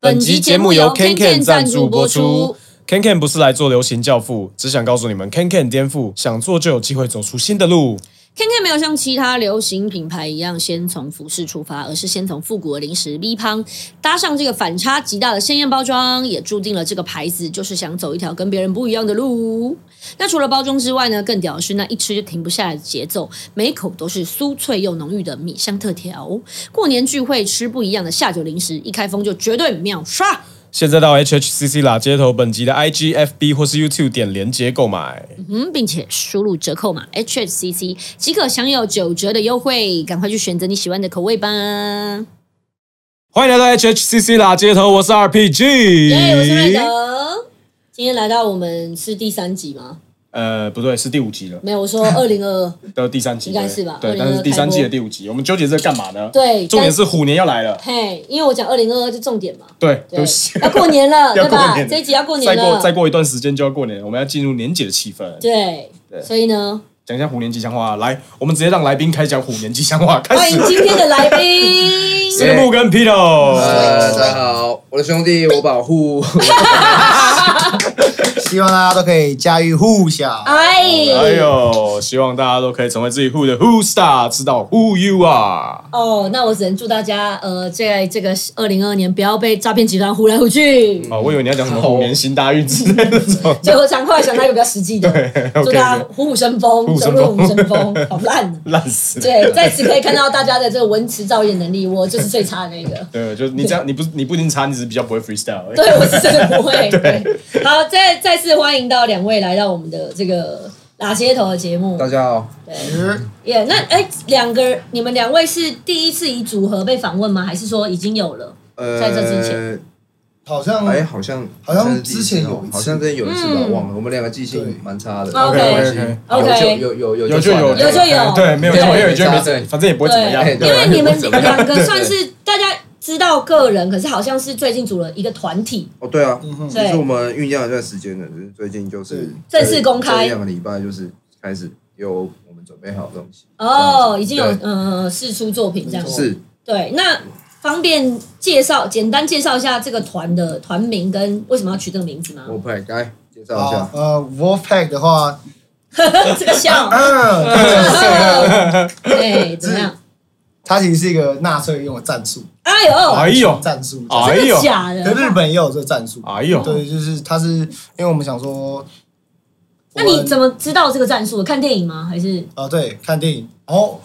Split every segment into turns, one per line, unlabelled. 本集节目由 KenKen 赞助播出。KenKen 不是来做流行教父，只想告诉你们，KenKen 颠覆，想做就有机会走出新的路。
KenKen 没有像其他流行品牌一样先从服饰出发，而是先从复古的零食 V 胖搭上这个反差极大的鲜艳包装，也注定了这个牌子就是想走一条跟别人不一样的路。那除了包装之外呢，更屌的是那一吃就停不下来的节奏，每一口都是酥脆又浓郁的米香特调。过年聚会吃不一样的下酒零食，一开封就绝对秒刷。
现在到 HHCC 啦街头本集的 IGFB 或是 YouTube 点连接购买。
嗯，并且输入折扣码 HHCC 即可享有九折的优惠，赶快去选择你喜欢的口味吧！
欢迎来到 HHCC 啦街头，我是 RPG，
耶、我是瑞德，今天来到我们是第三集吗？
呃，不对，是第五集了，
没有，我说二零二二，
到第三集
应该是吧
对，
2022
但是第三季的第五集，我们纠结这个干嘛呢？
对
重点是虎年要来了，
嘿，因为我讲二零二二就重点嘛，
对，对
对
不起，，
要过年 了，
要
对
过
吧
年，？
这一集要过年
再过
了，
再过一段时间就要过年了，我们要进入年节的气氛。
对，所以呢，
讲一下虎年吉祥话，来，我们直接让来宾开讲虎年吉祥话，开
欢
始
迎。今天的来 宾，
石木跟 Pino，
呃，大家好，我的兄弟我保 护，
希望大家都可以家喻户晓。
哎，
哎呦，希望大家都可以成为自己 Who 的 Who Star，知道 Who you are。
哦，那我只能祝大家，呃，在这个二零二年不要被诈骗集团呼来呼去。
哦，我以为你要讲什么虎年行大运之类的那种。
结果想后来想到一个比较实际的，
OK，
祝大家虎虎生风，走入虎虎生风，好烂啊。
烂死了。
对，在此可以看到大家的这个文词造诣能力，我就是最差的那个。
对，就是你这样，你不是你不一定差，你只是比较不会 freestyle 而已。
对，我是真的不会。对，好，再再次欢迎到两位来到我们的这个拉街头的节目
大。家好，
耶、那哎，两个你们两位是第一次以组合被访问吗？还是说已经有了？
呃，
在这之前，
好像
哎，好像
好像
好是第一次
之前有
哦
一次
好像之前有一次吧
嗯，
忘了，我们两个记
对
性蛮差的
OK，
没关系
OK
有就有
有
有
就有，
算了
有就有
对，没有就没有，有就没
对
有，反正也不会怎么样。
对，
对
因为你们
怎么样
两个算是大家知道个人，可是好像是最近组了一个团体。
哦，对啊，
嗯哼
其实我们酝酿一段时间了，就是最近就是
正式公开
这两个礼拜就是开始有我们准备好的东西，
哦，已经有
对
嗯试出作品这
哦
样子。
是
对，那方便介绍，简单介绍一下这个团的团名跟为什么要取这个名字吗？
我 p 来介绍一
好
下，，
呃，Wolfpack 的话，
这个笑，
嗯，
对，怎么样？
它其实是一个纳粹用的战术，
哎呦，
哎呦，
战术。
哎
真
呦
的，假的？
可日本也有这个战术，
哎呦，
对，就是它是因为我们想说，
那你怎
么
么知道这个战术的？看电影吗？还是
啊？对，看电影，然后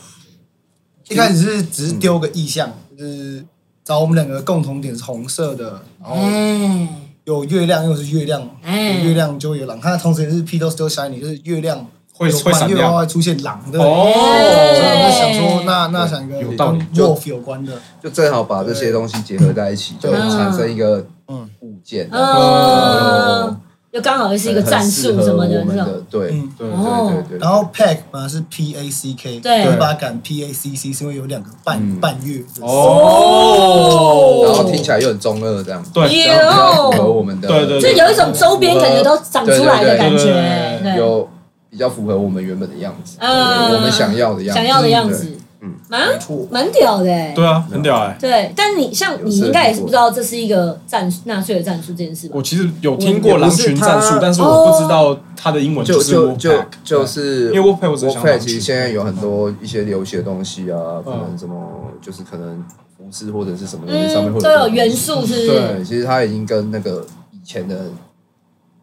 一开始是只是丢个意向，
嗯
就是找我们两个共同点是红色的，然后
哎
有月亮又是月亮，
哎
有月亮就会有狼，它同时也是 P 都 still shining，就是月亮
会
有
会闪
满月的话
亮
会出现狼的。所以我
哦
们就想说，那那想一个
有
跟
道理
wolf 有关的，
就正好把这些东西结合在一起，就
对
产生一个
嗯
物件，
哦
嗯，又刚好是一个战术什么
的
的那种。，
对，
嗯
对
哦
对对对。
然后 pack 嘛是 P A C K，
对
就是把它改 P A C C，是因为有两个半
嗯
半月，
哦，
然后听起来又很中二这样，
对啊
这样比较符合
有，
我们的，
对对
就有一种周边感觉都长出来的感
对对
觉，
对
对
有比较符合我们原本的样子，
嗯
我们想要的样子，
想要的样子，
嗯
蛮
错
蛮屌的欸。
对啊，很屌哎。
对，但你像你应该也是不知道这是一个战术纳粹的战术这件事吧
我？其实有听过狼群战术，但是我不知道它的英文
对。哦就是就
wolf
就
pack，
就是，
因为 Wolfpack 我只想到
Wolfpack 其实现在有很多一些流行的东西啊，可
嗯
能什么就是可能服饰或者是什么东西上面会
嗯都有
这种东
元
西
素，是不是？
对，其实它已经跟那个以前的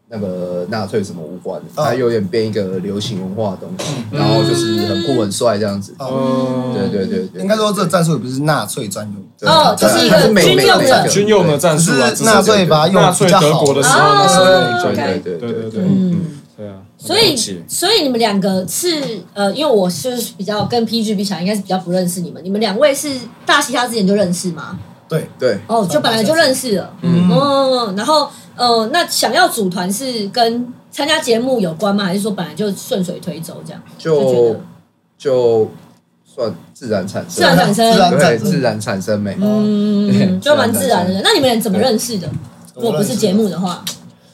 那个纳粹什么无关了，
哦
它有点变一个流行文化的东西，
嗯
然后
嗯
就是很酷很帅这样子。
哦
对对对对，
应该说这个战术也不是纳粹专用，
对
哦
对
这是一
它
个
美
军
美
用
美
的
美
军用的战
只
术啊，
是
只
纳粹把它用
纳
得
粹
比较
德
好
国的时候，
哦
那时候
对对
对对
对
对
对对对，
对对，
嗯，
对啊，
所以所以你们两个是呃，因为我就是比较跟 PG 比起来，应该是比较不认识你们。你们两位是大嘻哈之前就认识吗？
对，
对，
哦，就本来就认识了。
嗯
哦，然后呃，那想要组团是跟参加节目有关吗？还是说本来就顺水推舟这样？就觉
就
得
就算自然产
自
生，
然产生
自然
对
产生
自然产生美。
嗯，就蛮自然的。那你们怎么认识的？如
对
果不是节目的话，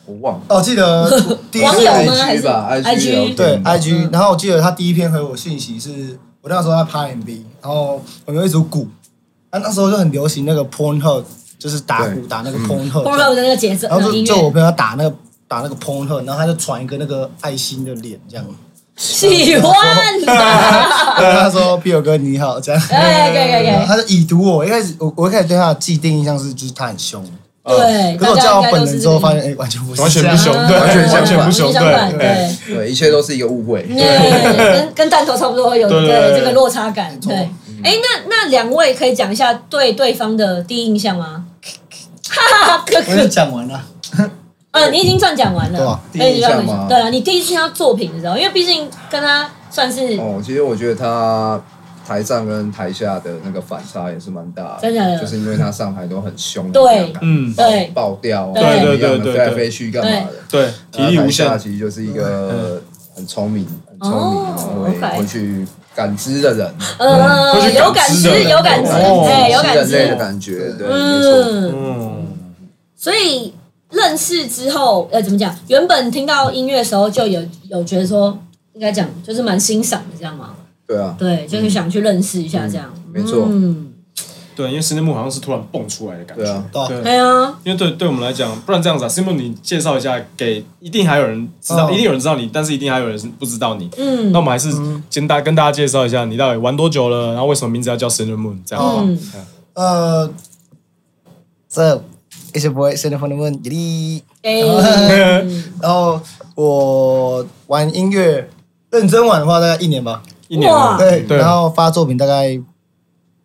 我忘了，
哦，记得第一
网
次
友吗还
IG
是
吧
IG
聊天
对
嗯
吧
IG，然后我记得他第一篇回我讯息是，我那时候在拍 MV，然后我们有一组鼓，啊那时候就很流行那个 Pornhub，就是打鼓
对
打
嗯
那个 p o n h
光头的那个节奏，
然
那
后
个音
就
乐
就我朋友他打那个打那个 p o n h 然后他就传一个那个爱心的脸 这样，
喜欢吧？
然后他说 p 友哥你好这样，
哎， 对对
然后
对
他就已读我，一开始我我一开始对他的既定印象是就是他很凶，
对，
可是我
大家
见到
应该
本
都是
人
这
之后
个
发现哎完全不是
完全
这
不
样
凶，对，
完全相
完
反
全不
完
凶，
全相反
对
对
对。
对，一切都是一个误会。
对，跟跟弹头差不多有
对对对
对
对
这个落差感。对，哎、那那两位可以讲一下对对方的第一印象吗？ 哈哈，可
我就
可，
讲完了，
呃，你已经算讲完
对
了
啊。
对
第一印象吗
对啊，你第一次听他作品的时候，因为毕竟跟他算是、
哦，其实我觉得他台上跟台下的那个反差也是蛮大的，
真的
就是因为他上台都很凶，
对
嗯
对
爆掉啊，
对
怎么
对
样
对
的
对
飞来
对
飞去干嘛的，
对，体力
然后
无
台下
限，
其实就是一个很聪明、很聪明，
哦
然后会
OK
会去感知的人，
呃
会去
有
感
感
知的
知，
人
有感知，
哦
哎、有
是
感
人类的
知，
感觉，对，没错。
嗯，
嗯，
所以认识之后，呃，怎么讲？原本听到音乐的时候就有有觉得说，应该讲就是蛮欣赏的，这样吗？
对啊，
对，就是想去认识一下这样。
没错
嗯，
对，因为石内木好像是突然蹦出来的感
对
觉
啊，，
对啊
对，
对啊，
因为对对我们来讲，不然这样子啊，石木，你介绍一下给，一定还有人知道，
哦
一定有人知道你，但是一定还有人不知道你。
嗯
那我们还是简单跟大家介绍一下，你到底玩多久了，然后为什么名字要叫 s i n e Moon 这样好不好？
嗯
呃，这一些不会生的朋友们，给力。
哎，嗯
然后我玩音乐，认真玩的话大概一年吧，
一年了
哇，
对，
对
然后发作品大概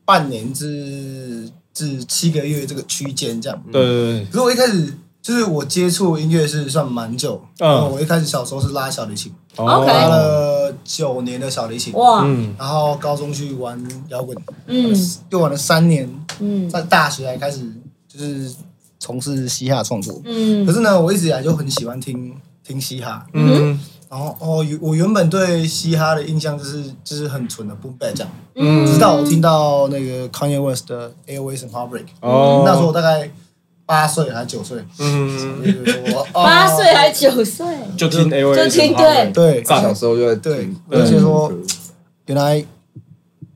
半年至至七个月这个区间这样。
对对对
可是我一开始就是我接触音乐是算蛮久，
嗯
然后我一开始小时候是拉小提琴，
哦
OK
拉了九年的小提琴，
哇，
嗯，
然后高中去玩摇滚，
嗯
又玩了三年，
嗯
在大学才开始就是从事嘻哈创作。可
嗯
是呢，我一直以来就很喜欢听听嘻哈，
嗯
然后哦，原我原本对嘻哈的印象就是就是很纯的 boom bap 这样，
嗯
直到我听到那个 Kanye West 的 Airways and Heartbreak，、
哦，
嗯那时候我大概八岁还是九岁，
嗯，
就是我哦
八岁还是九岁？
就听 A O
就听对
对，
赞
小时候就会
对
听
而且说
嗯
原来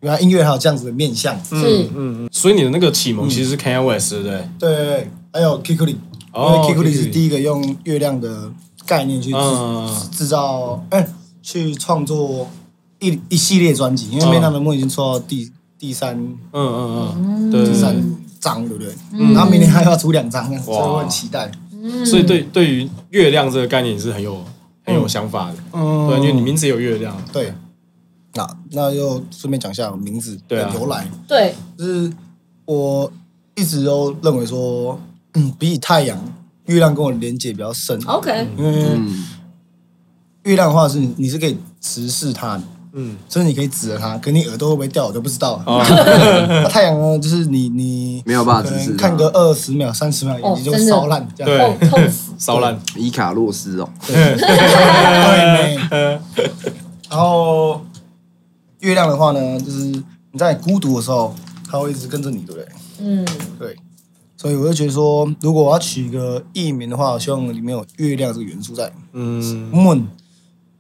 原来音乐还有这样子的面向，
是
嗯嗯，所以你的那个启蒙其实是 Kanye West 对不对？
对对对，还有 Kikuli，、
哦
因为
Kikuli
Kikuli 是第一个用月亮的概念去制、
嗯
制造，哎、去创作一一系列专辑，因为
嗯
《妹娜的梦》已经出到第第三
嗯嗯嗯，对
第
对
三
对。
张，对不对？
嗯
然后明年还要出两张，所以我很期待。
嗯，
所以对对于月亮这个概念也是很有很有想法的，
嗯
对，因为你名字也有月亮，
对，那那就顺便讲一下我名字
对
的
啊
由来，
对，
就是我一直都认为说，嗯，比起太阳，月亮跟我连接比较深，
OK，
因
嗯
为
嗯
月亮的话是你你是可以直视它的，
嗯，
就是你可以指着它，可你耳朵会不会掉我都不知道。
哦，
那太阳呢，就是你你
没有办法
可
直视
能
它
看个二十秒、三十秒，
哦
眼睛就会烧烂这样。
对
痛哦痛死，
骚烂，
哦伊卡洛斯哦，
对，没然后月亮的话呢，就是你在孤独的时候，它会一直跟着你，对不对？
嗯
对，所以我就觉得说，如果我要取一个艺名的话，我希望里面有月亮这个元素在。
嗯
Moon，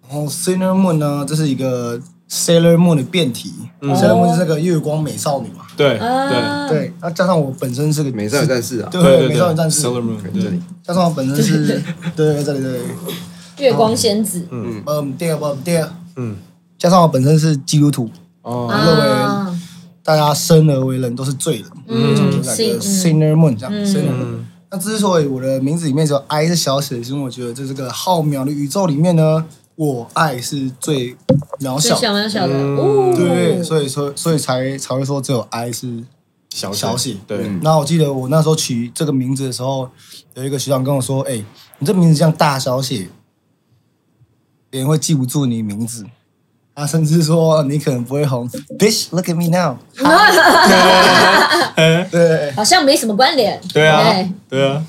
然后 Sailor Moon 呢，这是一个 Sailor Moon 的变体、
嗯
s a i l o r Moon 是那个月光美少女嘛。
对对
啊，
对，那、加上我本身是个
美少女战士啊，
对
对
美
对
少女战士，
，Sailor Moon，
这
对
里，
加上我本身是， 对对这里对，
月光仙子，
嗯第二嗯第二，
嗯，
加上我本身是基督徒，
哦，
啊，
大家生而为人都是罪人，
嗯
就两个
信
Sailor Moon 这样
嗯
Sailor Moon。那之所以我的名字里面只有 I 是小写，是因为我觉得在这个浩渺的宇宙里面呢，我爱是最渺
最
小的
小渺小的，哦，
对，所以说，所以才才会说只有 I 是。
小
小嗯写
对，
然后我记得我那时候取这个名字的时候，有一个学长跟我说：“哎、你这名字这样大小写，别人会记不住你名字。”他甚至说你可能不会红。Bitch, look at me now 对。 对，
好像没什么关联，哎
对啊，对啊。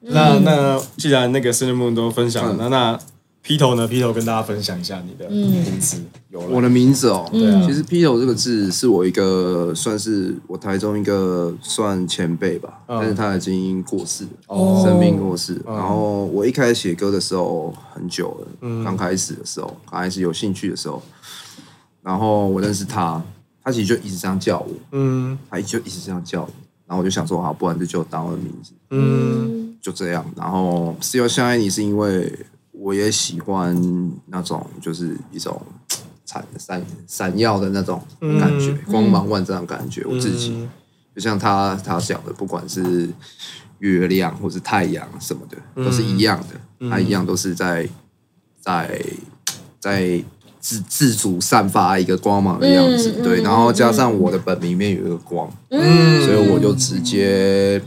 那那既然那个 Sailor Moon 都分享了，那那披头呢？披头跟大家分享一下你的名字由
我
来，
的名字哦，
嗯
其实 Pito 这个字是我一个算是我台中一个算前辈吧，
嗯
但是他已经过世了，
哦
生病过世。
嗯
然后我一开始写歌的时候很久了，刚开始的时候，刚开始有兴趣的时候，然后我认识他，他其实就一直这样叫我，
嗯
他就一直这样叫我，然后我就想说，好，不然就就当我的名字，
嗯
就这样。然后《C 要相爱你》是因为我也喜欢那种就是一种闪闪闪耀的那种感觉，光芒万丈的感觉。我自己、
嗯
就像他他讲的，不管是月亮或是太阳什么的，都是一样
嗯
的，它一样都是在在在自自主散发一个光芒的样子。
嗯嗯
对，
嗯
然后加上我的本名里面有一个光，
嗯，
所以我就直接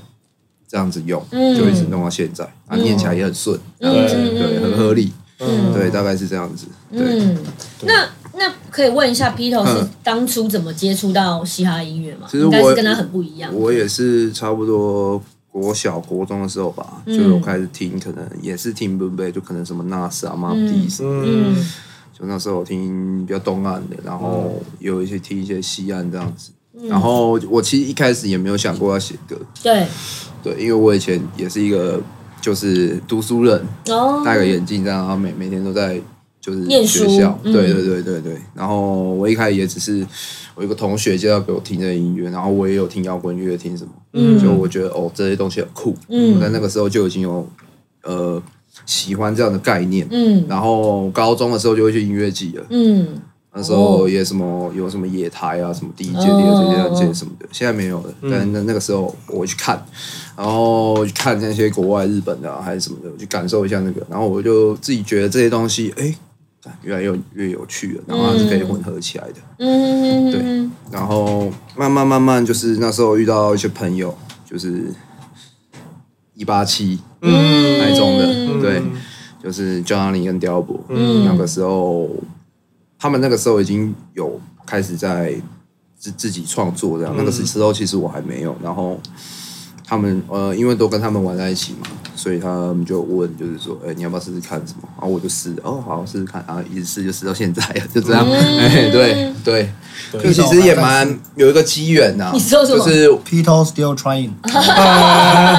这样子用，
嗯
就一直弄到现在，啊，念起来也很顺，这
嗯
样子
嗯
对，
嗯
很合理，
嗯
对，大概是这样子，对。
嗯，那那可以问一下 Peter 是
嗯
当初怎么接触到嘻哈音乐吗？
其实
应该是
我
跟他很不一样。
我也是差不多国小国中的时候吧，就
嗯
有开始听，可能也是听 b 贝，就可能什么 Nas 啊、m a p 什么的，
嗯
就那时候我听比较东岸的，然后
嗯
有一些听一些西岸这样子。然后我其实一开始也没有想过要写歌，
对，
对，因为我以前也是一个就是读书人，
哦，
戴个眼镜这样，然后每每天都在就是
念
学
书
校，
嗯
对对对对对。然后我一开始也只是我有个同学介绍给我听这个音乐，然后我也有听摇滚乐，听什么，
嗯
就我觉得哦这些东西很酷，
嗯
我在那个时候就已经有呃喜欢这样的概念。
嗯
然后高中的时候就会去音乐季了，
嗯
那时候也什么有什么野台啊，什么第一届、第
哦
二届、第三届什么的，现在没有了。但那那个时候我会去看，然后去看那些国外日本的、啊、还是什么的，我去感受一下那个。然后我就自己觉得这些东西，哎、干越来越越有趣了，然后它是可以混合起来的。
嗯，对，
然后慢慢慢慢，就是那时候遇到一些朋友，就是一八七
嗯
那一种的，
嗯
对，就是 Johnny 跟刁博，
嗯
那个时候他们那个时候已经有开始在自自己创作这样，那个时时候其实我还没有，然后他们呃，因为都跟他们玩在一起嘛，所以他们就问，就是说，哎、你要不要试试看什么？然后我就试，哦，好，试试看，然后一直试就试到现在，就这样，哎、
嗯
对对。就其实也蛮有一个机缘呐，
你说什么
就是
，Peter still trying，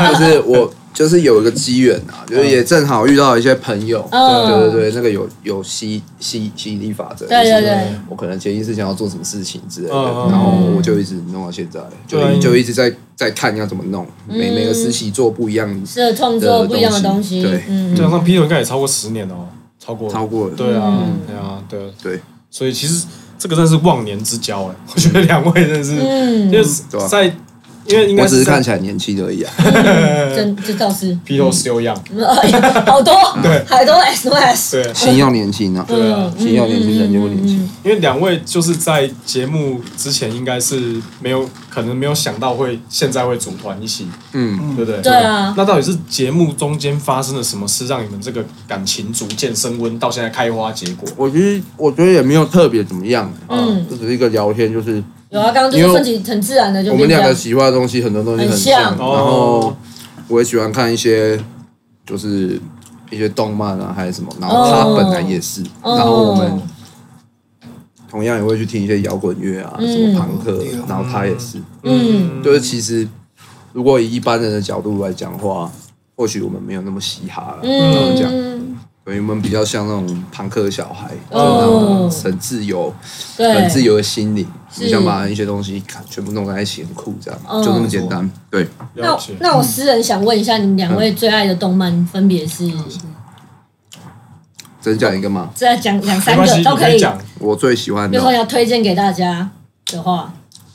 就是我就是有一个机缘啊，就是也正好遇到一些朋友，
嗯
对对对，那个有有吸吸吸引力法则，
对对
就是
对
我可能潜意识想要做什么事情之类的，
嗯嗯
然后我就一直弄到现在，就
对
就一直在在看要怎么弄，每
嗯
每个时期做不一样，
是创作不一样的东西，
对
嗯
对，啊像 Peter 应该也超过十年了哦，超过
超过了
对啊，
嗯
对啊，对啊，
对，
所以其实这个真是忘年之交哎，我觉得两位真的是，
嗯，
就是
对啊
在，因为应该
我只是看起
来
来嗯年轻而已啊，
真这倒是
Peter still young，
好多，
对
好多 SOS，
对，
心要年轻啊，
对
嗯
啊
心要年轻，人就会年轻，
因为两位就是在节目之前应该是没有可能没有想到会现在会组团一起，
嗯，
对不对？
对啊
那到底是节目中间发生了什么事，让你们这个感情逐渐升温，到现在开花结果？
我其实我觉得也没有特别怎么样，
嗯
嗯，这只是一个聊天，就是
有啊，刚刚就是顺其很自然的就
我
变
们
这
两
样
个，喜欢的东西很多东西
很
很
像
像，然
哦
后我也喜欢看一些就是一些动漫啊，还是什么，然后
哦
他本来也是，
哦
然后我们同样也会去听一些摇滚乐啊，
嗯
什么朋克
嗯，
然后他也是，
嗯
就是其实如果以一般人的角度来讲的话，或许我们没有那么嘻哈了，这样讲，
嗯，
对，我们比较像那种朋克小孩，就是那
哦
种很自由。
对
很，自由的心灵，
是
你想把一些东西看全部弄在一起，很酷，这样、
嗯
就那么简单。对，
那
了解嗯
那我私人想问一下，你们两位最爱的动漫分别是？
嗯真讲一个嘛，
这讲讲
没
三
关系，
个
你
都
可
以。
讲。
我最喜欢
比如说你
的
要推荐给大家的话，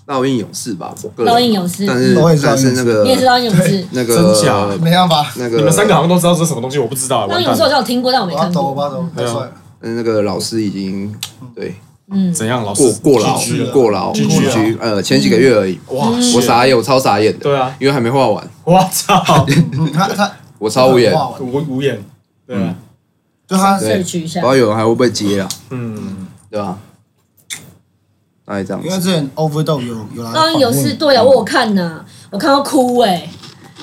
烙印勇士吧，我个人
烙印勇士嗯
但是呃
我也是
但是那
你也知
个
道勇士，
那
真假
个
没办法，
那个
你们三个好像都知道这是什么东西，我不知道。
烙
完
印勇
蛋
士我，有听过，但我没
我要
看
走，我
过。
要走，太帅了。
但呃是那个老师已经对
嗯，
怎样？老师
过过劳
GG 了
过劳
，GG 了
，GG 呃前几个月而已，
哇！
嗯
我
我
傻眼，我超傻眼的，
对啊，
因为还没画完，
我操！
嗯他他
我超无言，
画完
无无眼，对啊，
就他
对
摄取一下
不知。道有人还会不会接啊，
嗯，
对吧？大概这样
因为
子，
之前 Overdose 有有来
烙印勇士，对啊，我有看呐，我看到哭哎，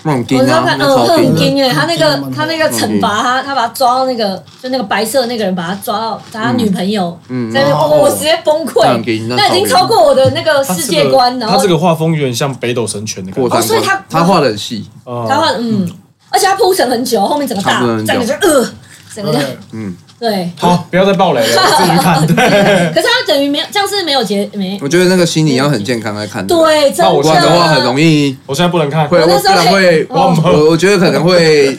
那种
我
钉
知道
啊，
看，
那
嗯，
超
很
钉
惊
的，
哎，他那
嗯
个
嗯
他那个惩罚他，他把他抓到那个，就那个白色的那个人把他抓到他女朋友，
嗯
在那边，
哦
哦，我直接崩溃
那很惊，那
那已经超
超惊
过我的那个世界观，然
嗯他
后
这个画风有点像北斗神拳的感
过
觉
三
哦所以
关
他，
他画的很细，
哦
他画嗯，而且他铺陈很久，后面整个大
嗯他铺陈
整
很久
个就呃，整个就
对
嗯，
对，
好，不要再爆雷 了，自己去看。对，
可是他等于没有，这样是没有结没
我觉得那个心理要很健康来看，，
对，啊真
那我
不然
的
的话很容易
我现在不能看，
会，啊
我那
我
时
可
候
能会，
哦
我我觉得可能会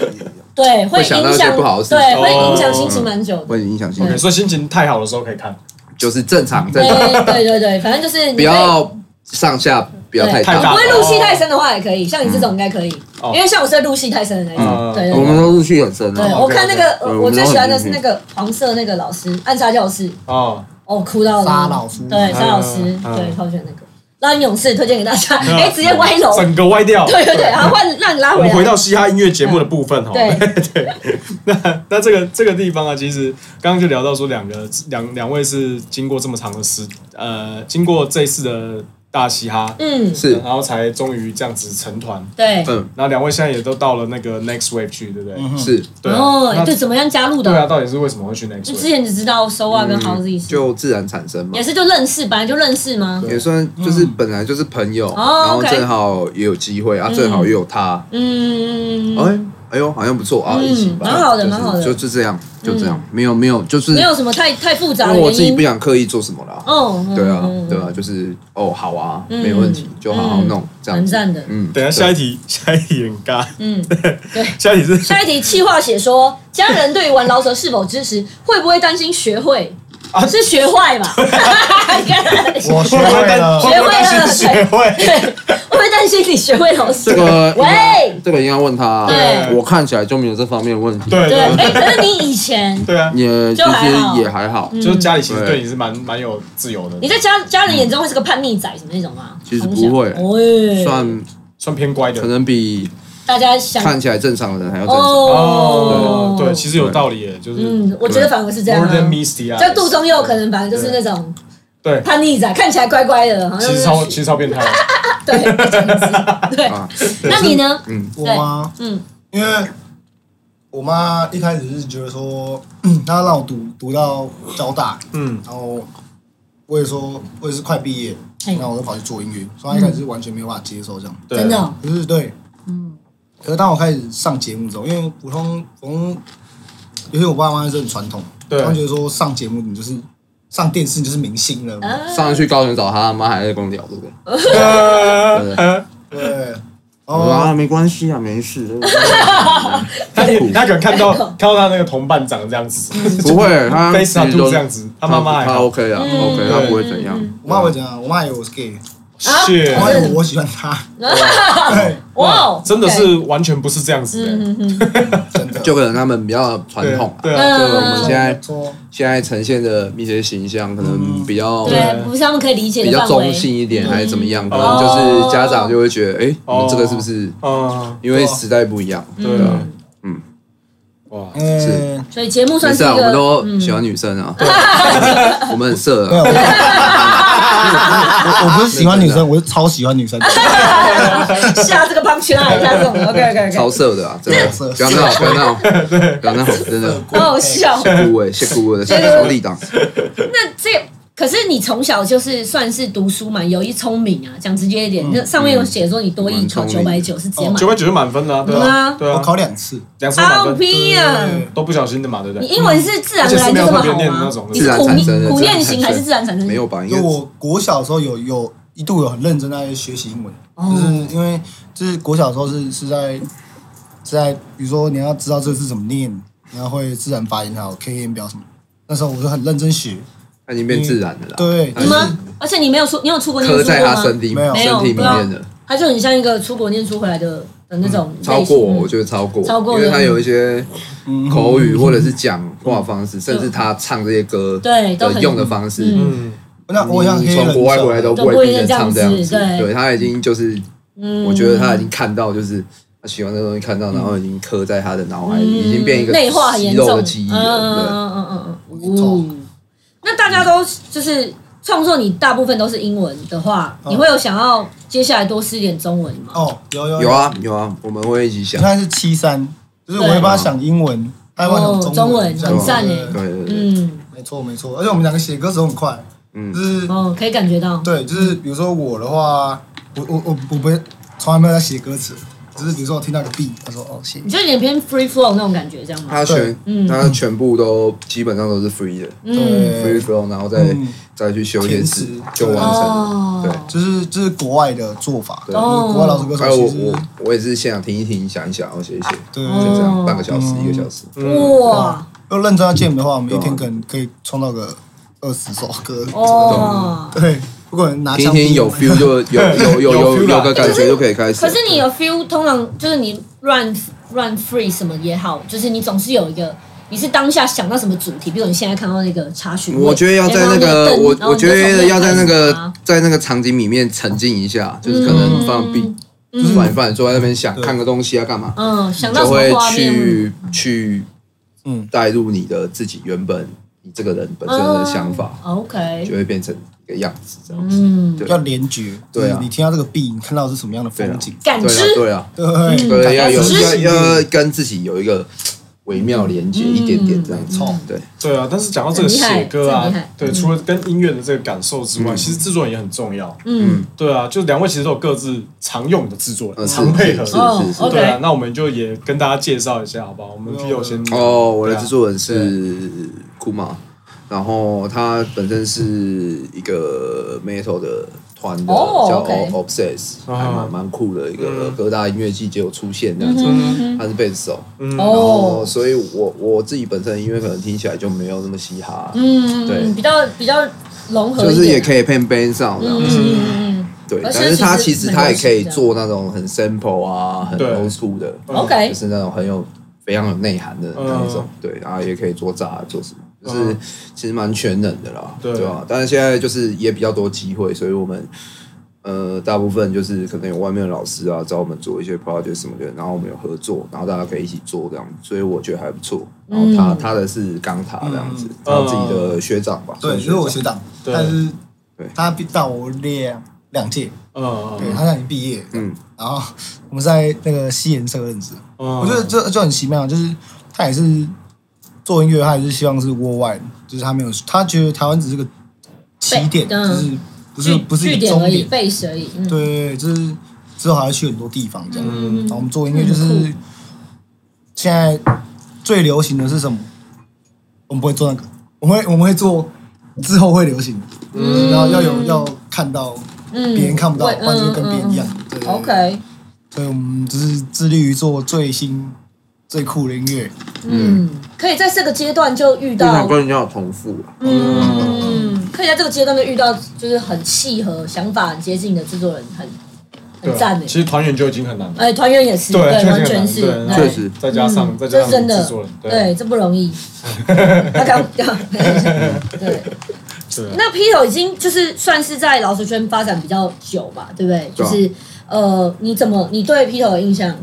对会
会想到
影
一些
响
不好的事情
对，会
哦
影响心情蛮久的。
会影响心
OK，
情，
所以心情太好的时候可以看，
就是正常正
对
常，
对对对，反正就是你
不要上下不要
对
太
太
不
大
大。
会入戏太深的话也可以，像你这种应该可以，
哦
因为像我是入戏太深的那一种。
嗯
对
我
对
们
对。
都入戏很深
对，哦
啊，
我看那个，我
对我
我
们都
最
很
喜欢的是
入
那
戏
个黄色那个老师，暗杀教室，
哦，
哦，哭到那个
沙老师
对，沙老师
嗯，嗯
对，挑选那个《让勇士》推荐给大家，
嗯
哎，直接歪楼，
啊整个歪掉。
对对对，然后换让你拉
我
回
们
来，
回到嘻哈音乐节目的部分哦哈。
对
对，那 那这个这个地方啊，其实刚刚就聊到说两个两两位是经过这么长的时呃，经过这一次的大嘻哈，
嗯，
是
然后才终于这样子成团。
对，
嗯
然后两位现在也都到了那个 Next Wave 去，对不对？
是
对啊。
哦，
那
对，嗯怎么样加入
对啊，
的？
到底是为什么会去 Next
就
Wave？
之前只知道 Soa 跟 Houses，
嗯就自然产生嘛
也。是就认识，本来就认识吗？
也算就是本来就是朋友，
哦
然后
OK
正好也有机会啊，正好也有他，
嗯，
哎哎呦，好像不错啊，
嗯
一起吧，
蛮好的
就是
蛮好的嗯
就就这样，就这样，没有没有，就是
没有什么太太复杂
因
的
为我
原
自己不
因。
想刻意做什么啦，
哦，嗯
对啊
嗯嗯
对啊，就是哦好啊，
嗯
没问题，就好好弄
嗯
这样
蛮
子，
赞的
嗯，
等一下下
对
一题，下一题很尬，
嗯，
下一题是
下一题气话写说，家人对于玩饶舌是否支持，会不会担心学会？
啊
是学坏吧？
我学会 了，
会不会担心学
学
会？
会不会担心你学会饶舌？
这个
喂，
这个应该问他啊
对，
我看起来就没有这方面的问题，
对
对，哎，可是你以前
对啊，
也其
就还好
实也还好，
就是家里其实对你是蛮蛮有自由的，
嗯你在家家人眼中会是个叛逆仔什么那种吗？
其实不会
从小喂
算
算偏乖的
可。能比
大家想
看起来正常的人还要正常。
哦，，
哦
对，其实有道理耶，就是
嗯，我觉得反而是这样
more than
啊。
meets the eye，
像杜宗佑可能反正就是那种
对，
叛逆仔，看起来乖乖的，好像
其实
是
超其实超变 态，
对这样子对。
啊，
那你呢？
我妈，
嗯
因为我妈一开始是觉得说， 她让我读读到交大，
嗯，
然后我也说我也是快毕业，
哎
然后我就跑去做音乐，所以她一开始是完全没有办法接受这样。
对
真 的哦
可是对，
嗯
可是当我开始上节目之后，因为普通普通，尤其我爸妈是很传统，
对
他们觉得说上节目你就是上电视你就是明星了，
啊
上次去高雄找他，妈还在跟我聊这个。
呃
对，然
我说
后
啊，没关系啊，没事。
他他可能看到看到他那个同伴长这样子，
不会，他
非常
其实都
就这样子他妈妈还好
他 OK 啊
嗯
，OK，他不会怎样啊
嗯。
我妈会怎样？我妈以为我是 gay，
是
我妈以为我喜欢她， 对，
啊哇，哦
真的是完全不是这样子的，
嗯嗯嗯
真的
就可能他们比较传统啊，
对
就
对
啊
是我们现在
说
现在呈现的一些形象，可能比较
对，不是他们可以理解
比
的
较
范围
中。性一点，还是怎么样？可能
哦
就是家长就会觉得，哎，你们这个是不是？
嗯，
因为时代不一样，
嗯
对啊，
啊嗯，
哇，
嗯，
所以节目
没
算是
事
一
啊，我
个
们都喜欢女生 啊，我们很色
没有，
啊
我。我我不是喜欢女生，我是超喜欢女生。
是啊，这个 punch line 这种，OK OK
超
OK，
色的啊，真的，不要闹，不要闹， 不要闹，真的，
好好笑。哦
谢顾伟，谢顾伟的小弟党，
那这可是你从小就是算是读书嘛，有一聪明啊，讲直接一点，那上面有写说你多一考
嗯蛮
九
聪
百
明哦
九是直接满
九百九十满分啊，
嗯
对啊，对
我
啊，
考两次，
两次满
好
分
屁呀！
都不小心的嘛，对不
啊你
对？
英文是自然而然就这么好吗？
哦
你是苦念苦念型还是自然产生？
没有吧？应
就
该
嗯我国小的时候有有一度有很认真在学习英文，
哦
就是因为就是国小的时候是是在是在比如说你要知道这个字怎么念，你要会自然发音还有 K 音标什么。那时候我就很认真学，
他已经变自然的啦，
对，
你吗？而且你没有出，你有出国念
刻
书
在
过
他
吗？
身体身体里面的，
他就很像一个出国念书回来的的那种类型、
嗯超过，我觉得超过，因为他有一些口
嗯
语或者是讲话方式，甚至他唱这些歌的用的方式，
嗯，
那我像黑
从
人
国外回来都不会变成唱这样子，对他已经就是，
嗯
我觉得他已经看到就是。他喜欢的东西看到，然后已经刻在他的脑海，已经变一个
嗯内化很
肌
严
肉
重
的记忆
嗯嗯
了。
嗯嗯嗯嗯。哦，那大家都就是创作，你大部分都是英文的话，
嗯
你会有想要接下来多试一点中文吗？
哦，有有
嗯
对，有，啊有啊，我们会一起想
你。看是七三，就是我会帮他想英文，他会帮他
哦
想
中
中
文
文，这样
很赞欸
对对对
对啊对对，
嗯，
没错没错，而且我们两个写歌时候很快，
嗯
就是
哦，可以感觉到。
对，就是比如说我的话，我我我我不会从来没有在写歌词，只是比如说我听到一个 B，他说哦谢谢
你，就有点偏 free flow 那种感觉，这样吗？
它全
嗯
它全部都基本上都是 free 的
嗯，
，free
对，
flow，然后再
嗯
再去修一些字
填词
就完成了。
哦
对，
就是就是国外的做法，就是
对
国外老师歌
还有
手
我
其实
我我也是现场听一听，想一想，然后写一写，
对，嗯
就
哦
这样半个小时一个小时。
哇
要认真要建的话，我们一
对啊
天可能可以冲到个二十首歌，
哦，
对，如果拿
听一
香
听
槟
有 feel 就有有有
有
有
feel 啦
有个感觉就可以开始。
可是你有 feel，通常就是你 run run free 什么也好，就是你总是有一个，你是当下想到什么主题，比如你现在看到那个插曲，
我觉得要在那
然
个
后
我
灯
我觉得要在那
然
个
后
在那个场景里面沉浸一下，就是
嗯
可能放 B，
你
就
就
是反
想
一反坐在那边想
对
看个东西啊干嘛，
嗯嗯，想到
就
什么
会
画面，
去去
嗯
带入你的自己原本你这个人本身的想法，
哦，OK，
就会变成一个样子这样子。
嗯，
对
要联觉，
对啊
就是你听到这个 B，你看到的是什么样的风景，
感
对
知
啊，对啊，
嗯
对，
对啊，要有
感知
要要跟自己有一个微妙连接
嗯
一点点这样子
没错，
对。
对啊，但是讲到这个写歌
很
啊
厉害，
对，除了跟音乐的这个感受之外，
嗯
其实制作人也很重要。
嗯
对啊，就两位其实都有各自常用的制作人，
呃是
常配合
是
的。
哦
是是
对啊
OK，，
那我们就也跟大家介绍一下，好不好？我们 P 友先
哦，我的
对啊
制作人是库玛，然后他本身是一个 metal 的团的，
哦
叫
OK
Obsess，
啊
还蛮蛮酷的一个
嗯
各大音乐季就有出现这样
嗯
子。
哼嗯
他是贝斯手，
嗯
哼，
然后
哦，
所以我我自己本身的音乐可能听起来就没有那么嘻哈，对
嗯，比较比较融合一
就
点，
是也可以配 band 上这样
嗯
子。
嗯嗯
对，
而
但
且
是他
其
其
实
实
很
他也
流
可以
行的
做那种很 simple 啊，很
对
old school 的，
嗯，OK，
就是那种很有非常有内涵的那一种，
嗯
对，然后也可以做炸做什么，就是、
嗯
其实蛮全能的啦，
对
对吧、但是现在就是也比较多机会，所以我们呃大部分就是可能有外面的老师啊找我们做一些 project 什么的，然后我们有合作，然后大家可以一起做这样，所以我觉得还不错。然后他、
嗯
他的是钢塔这样子
嗯，
然后自己的学长吧，
对，
算
就是我学
长
长，
对
但是
对
他比大我两两届，
嗯
对，他现在已经毕业了，
嗯
然后我们是在那个西研社认识的，
嗯，
啊
我觉得这就很奇妙，就是他也是做音乐，他也是希望是 worldwide，就是他没有，他觉得台湾只是个起点，
对嗯
就是不是
据
不是
据
一个
点而
终
已，
点，
背时而已，嗯
对，对对，就是之后还要去很多地方这样。
嗯
然后我们做音乐
嗯
就是
酷
现在最流行的是什么？我们不会做那个，我们会我们会做之后会流行的，
嗯
然后要有要看到
嗯
别人看不到，
会
不然就跟别人一样
嗯嗯。
对
嗯 OK，
所以我们就是致力于做最新最酷的音乐。
嗯，可以在这个阶段就遇
经
到
常，跟人家有重复、啊，
嗯，可以在这个阶段就遇到，就是很契合、想法很接近的制作人，很
对
很
啊
赞诶
其。实团员就已经很难了，
哎，团员也是，
对啊，就已经
完
很难
全
了
是，
对
对
确实
再加上
嗯
再加
这真
上
的
制作人，对
对，这不容 易。他刚刚 对，
嗯
对啊，
那 Peter 已经就是算是在老师圈发展比较久吧，对不对？
对
就
啊
是呃，你怎么你对 Peter 的印象，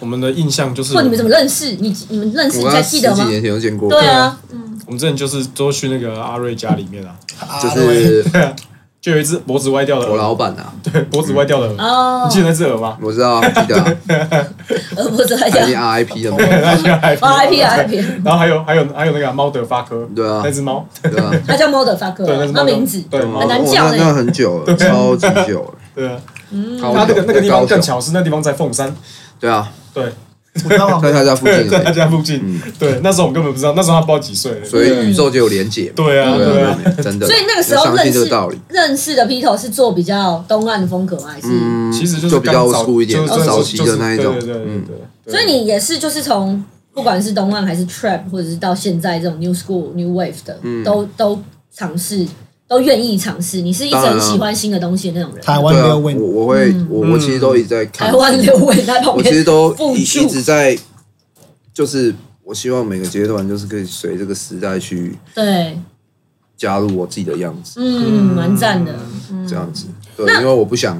我们的印象就是
或你们怎么认识？你你们认识
我
你
跟
还
他
记
十
得
几
吗？
年前就见过，
对啊，
我们之前就是都去那个阿瑞家里面啊，
就
啊
是
对啊，就有一只脖子歪掉的
我
鹅，
老板啊，
对，脖子歪掉的鹅，
哦
你，记得那只鹅吗？
我知道啊，记得 啊。E
呃，不是还哦
他已经
讲
RIP 了嘛，
IP IP，
然后还有还有还有那个猫德发科，
对啊
那只猫，
对吧？
他叫 Model Fuck，
对，那只
啊那
猫
名字
对，
我
猫
很
德
难
我
叫
那
欸嗯
那很久了，超级久了。
对啊，
高
它那个
雄
那个地方
高雄
更巧是那地方在凤山，
对啊，
对，
我知道啊
在他家附
哦 对，
近
在
而
他
已，
家附近，对，那时候我们根本不知道，那时候他不知道几岁了，
所以宇宙就有连结。
对啊对
对
啊，
啊，真的。
所以那个时候
要相
认
信这
识
个道理，
认识的 Peter 是做比较东岸风格吗？还是？
嗯，
其实就是
就比较
刚早
old 一点，啊
就是
早期的那一种
就是。对对对
嗯，
对对，
所以你也是就是从不管是东岸还是 Trap，或者是到现在这种 New School、New Wave 的，
嗯
都都尝试，都愿意尝试。你是一直
当然
很
啊
喜欢新的东西的那种人。
台湾
对
没
啊，
有
我
问，
我会我我其实都一直在看
嗯台，湾六位在旁
我
边，
其实都
附
一
注
一直在，就是我希望每个阶段就是可以随这个时代去
对，
加入我自己的样子。
嗯，蛮赞的，
这样子。对，因为我不想，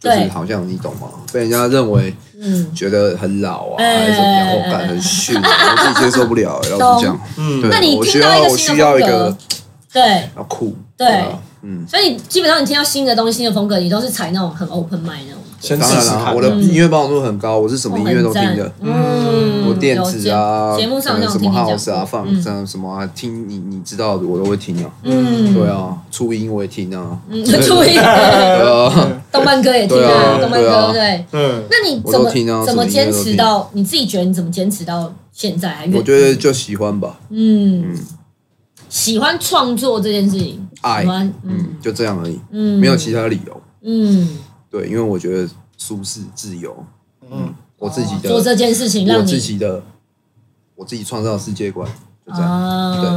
就是
嗯对
好像你懂吗？被人家认为
嗯，
觉得很老啊，
哎
还是怎么样，我
哎哎
感很逊，啊我自己接 受不了。哎老实讲，
嗯
对
那你
我
听
需
到
要
一个
我
新
需
的
要
风
一个
格，对，
要酷，
对
啊嗯。
所以你基本上你听到新的东西、新的风格，你都是采那种很 open mind 那种。
先
当
试
然
试
啦，
看，
我的
嗯
音乐包容度很高，我是什么
哦
音乐都听
很赞
的，
嗯，
我电子啊，
有节节目上
可能
像
什
我听
么
你讲
house 啊，
过
放
嗯
这样什么啊，听你你知道的我都会听啊。
嗯，
对，啊，初音我也听啊。
嗯， 对，
对啊，
动漫歌也听
对
啊，
啊
动漫
对
歌
啊
对。
嗯，
那你
我
怎
都
么
听啊
怎
什
么
么
坚
音乐都
持
听
到？你自己觉得你怎么坚持到现在还愿意？
我觉得就喜欢吧，
嗯
嗯，
喜欢创作这件事情，
爱
喜欢，嗯
嗯，就这样而已，
嗯，
没有其他理由。
嗯，
对，因为我觉得舒适自由，
嗯，
我自己的，
做这件事情
我
让
自
你
己的，我自己创造的世界观，就这样。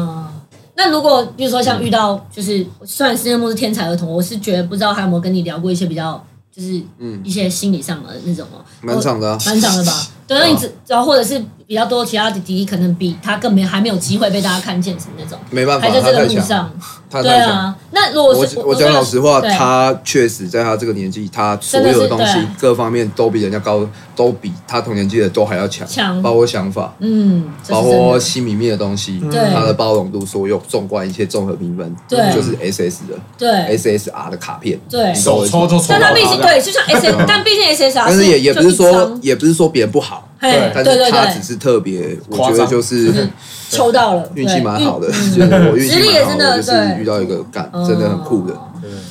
啊。那如果比如说像遇到就是，虽然世界末日天才儿童，我是觉得不知道他有没有跟你聊过一些比较就是
嗯
一，些心理上的那种哦，
蛮长的啊，啊
蛮长的吧？对，那你只然后或者是比较多其他的弟弟，可能比他更没还没有机会被大家看见什么那种，
没办法，
还在
他
这个
太
路
强，
上，
他
对
太强。
啊。那如果
我
是
我讲老实话，
对
他确实在他这个年纪，他所
真的
有
是
的东西
对啊
各方面都比人家高，都比他同年纪的都还要强，
强
包括想法，
嗯，这
包
是真的
括心里面的东西，
对
他的包容度，所有纵观一切综合评分，
对
就是 SS 的
对
SSR 的卡片，
对
你，懂我
手
意思
抽
吗
就抽到
但
他
他
的，
毕竟对，就像 S，但毕竟 SSR，
但是也也不是
就一
说
张
也不是说别人不好，
嘿
对
但
对
是
对
他
对
只，是特别，我
夸
觉
张
得就是
抽到了，
运气蛮好的，
对运
就
嗯
是我运
实力
气
也
蛮好
真的
的，我就
对嗯
是遇到一个干真的很酷的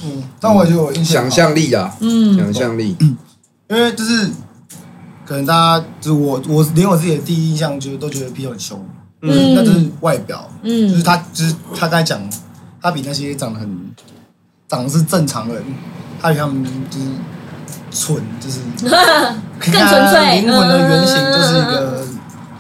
嗯，但我觉得我印象
想
好
象力啊，
嗯
想象力，
因为就是可能大家就是我我连我自己的第一印象就是都觉得 P 很凶，
嗯
那就是外表，就
嗯
是他就是他刚才讲，他比那些长得很长得是正常人，他比他们就是蠢，就是更
更纯粹
灵魂的原型
嗯
就是一个